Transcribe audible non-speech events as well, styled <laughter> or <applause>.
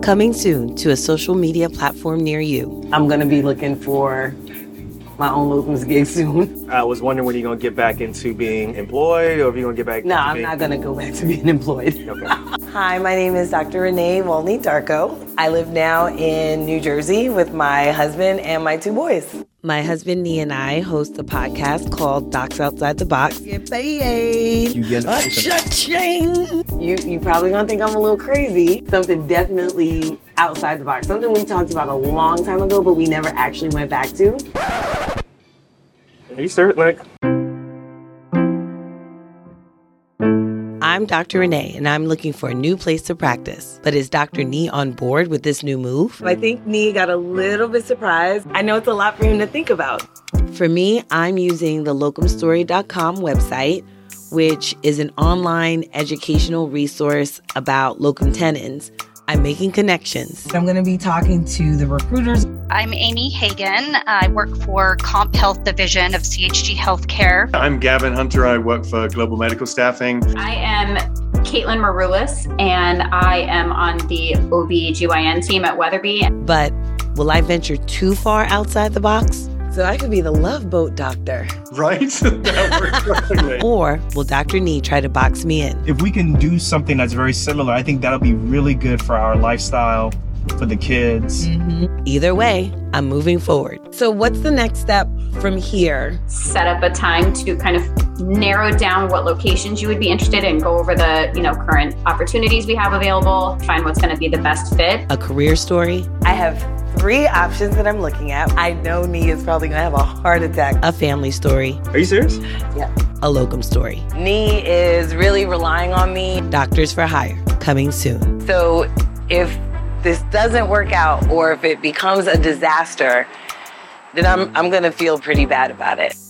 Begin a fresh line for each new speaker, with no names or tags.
Coming soon to a social media platform near you.
I'm gonna be looking for my own locums gig soon. <laughs>
I was wondering when you're gonna get back into being employed, or if you're gonna get back.
No,
to
I'm
being-
not gonna go back to being employed.
Okay.
Hi, my name is Dr. Renee Wolney Darko.
I live now in New Jersey with my husband and my two boys.
My husband Nee and I host a podcast called Docs Outside the Box. Get paid.
You get
Cha-ching.
You you probably gonna think I'm a little crazy. Something definitely outside the box. Something we talked about a long time ago, but we never actually went back to.
Are you serious? Like,
I'm Dr. Renee, and I'm looking for a new place to practice. But is Dr. Nee on board with this new move?
I think Nee got a little bit surprised. I know it's a lot for him to think about.
For me, I'm using the locumstory.com website, which is an online educational resource about locum tenens. I'm making connections.
I'm gonna be talking to the recruiters.
I'm Amy Hagan. I work for Comp Health Division of CHG Healthcare.
I'm Gavin Hunter. I work for Global Medical Staffing. <laughs>
I am Caitlin Marulis, and I am on the OBGYN team at Weatherby.
But will I venture too far outside the box?
So I could be the love boat doctor.
Right? <laughs> that worked perfectly.
Or will Dr. Nee try to box me in?
If we can do something that's very similar, I think that'll be really good for our lifestyle, for the kids.
Either way, I'm moving forward. Mm-hmm. So, what's the next step from here?
Set up a time to kind of narrow down what locations you would be interested in, go over the you know current opportunities we have available, find what's going to be the best fit.
A career story,
I have three options that I'm looking at. I know Nee is probably gonna have a heart attack.
a family story,
are you serious?
a locum story.
Nee is really relying on me.
Doctors for Hire, coming soon.
So if this doesn't work out or if it becomes a disaster, then I'm, I'm gonna feel pretty bad about it.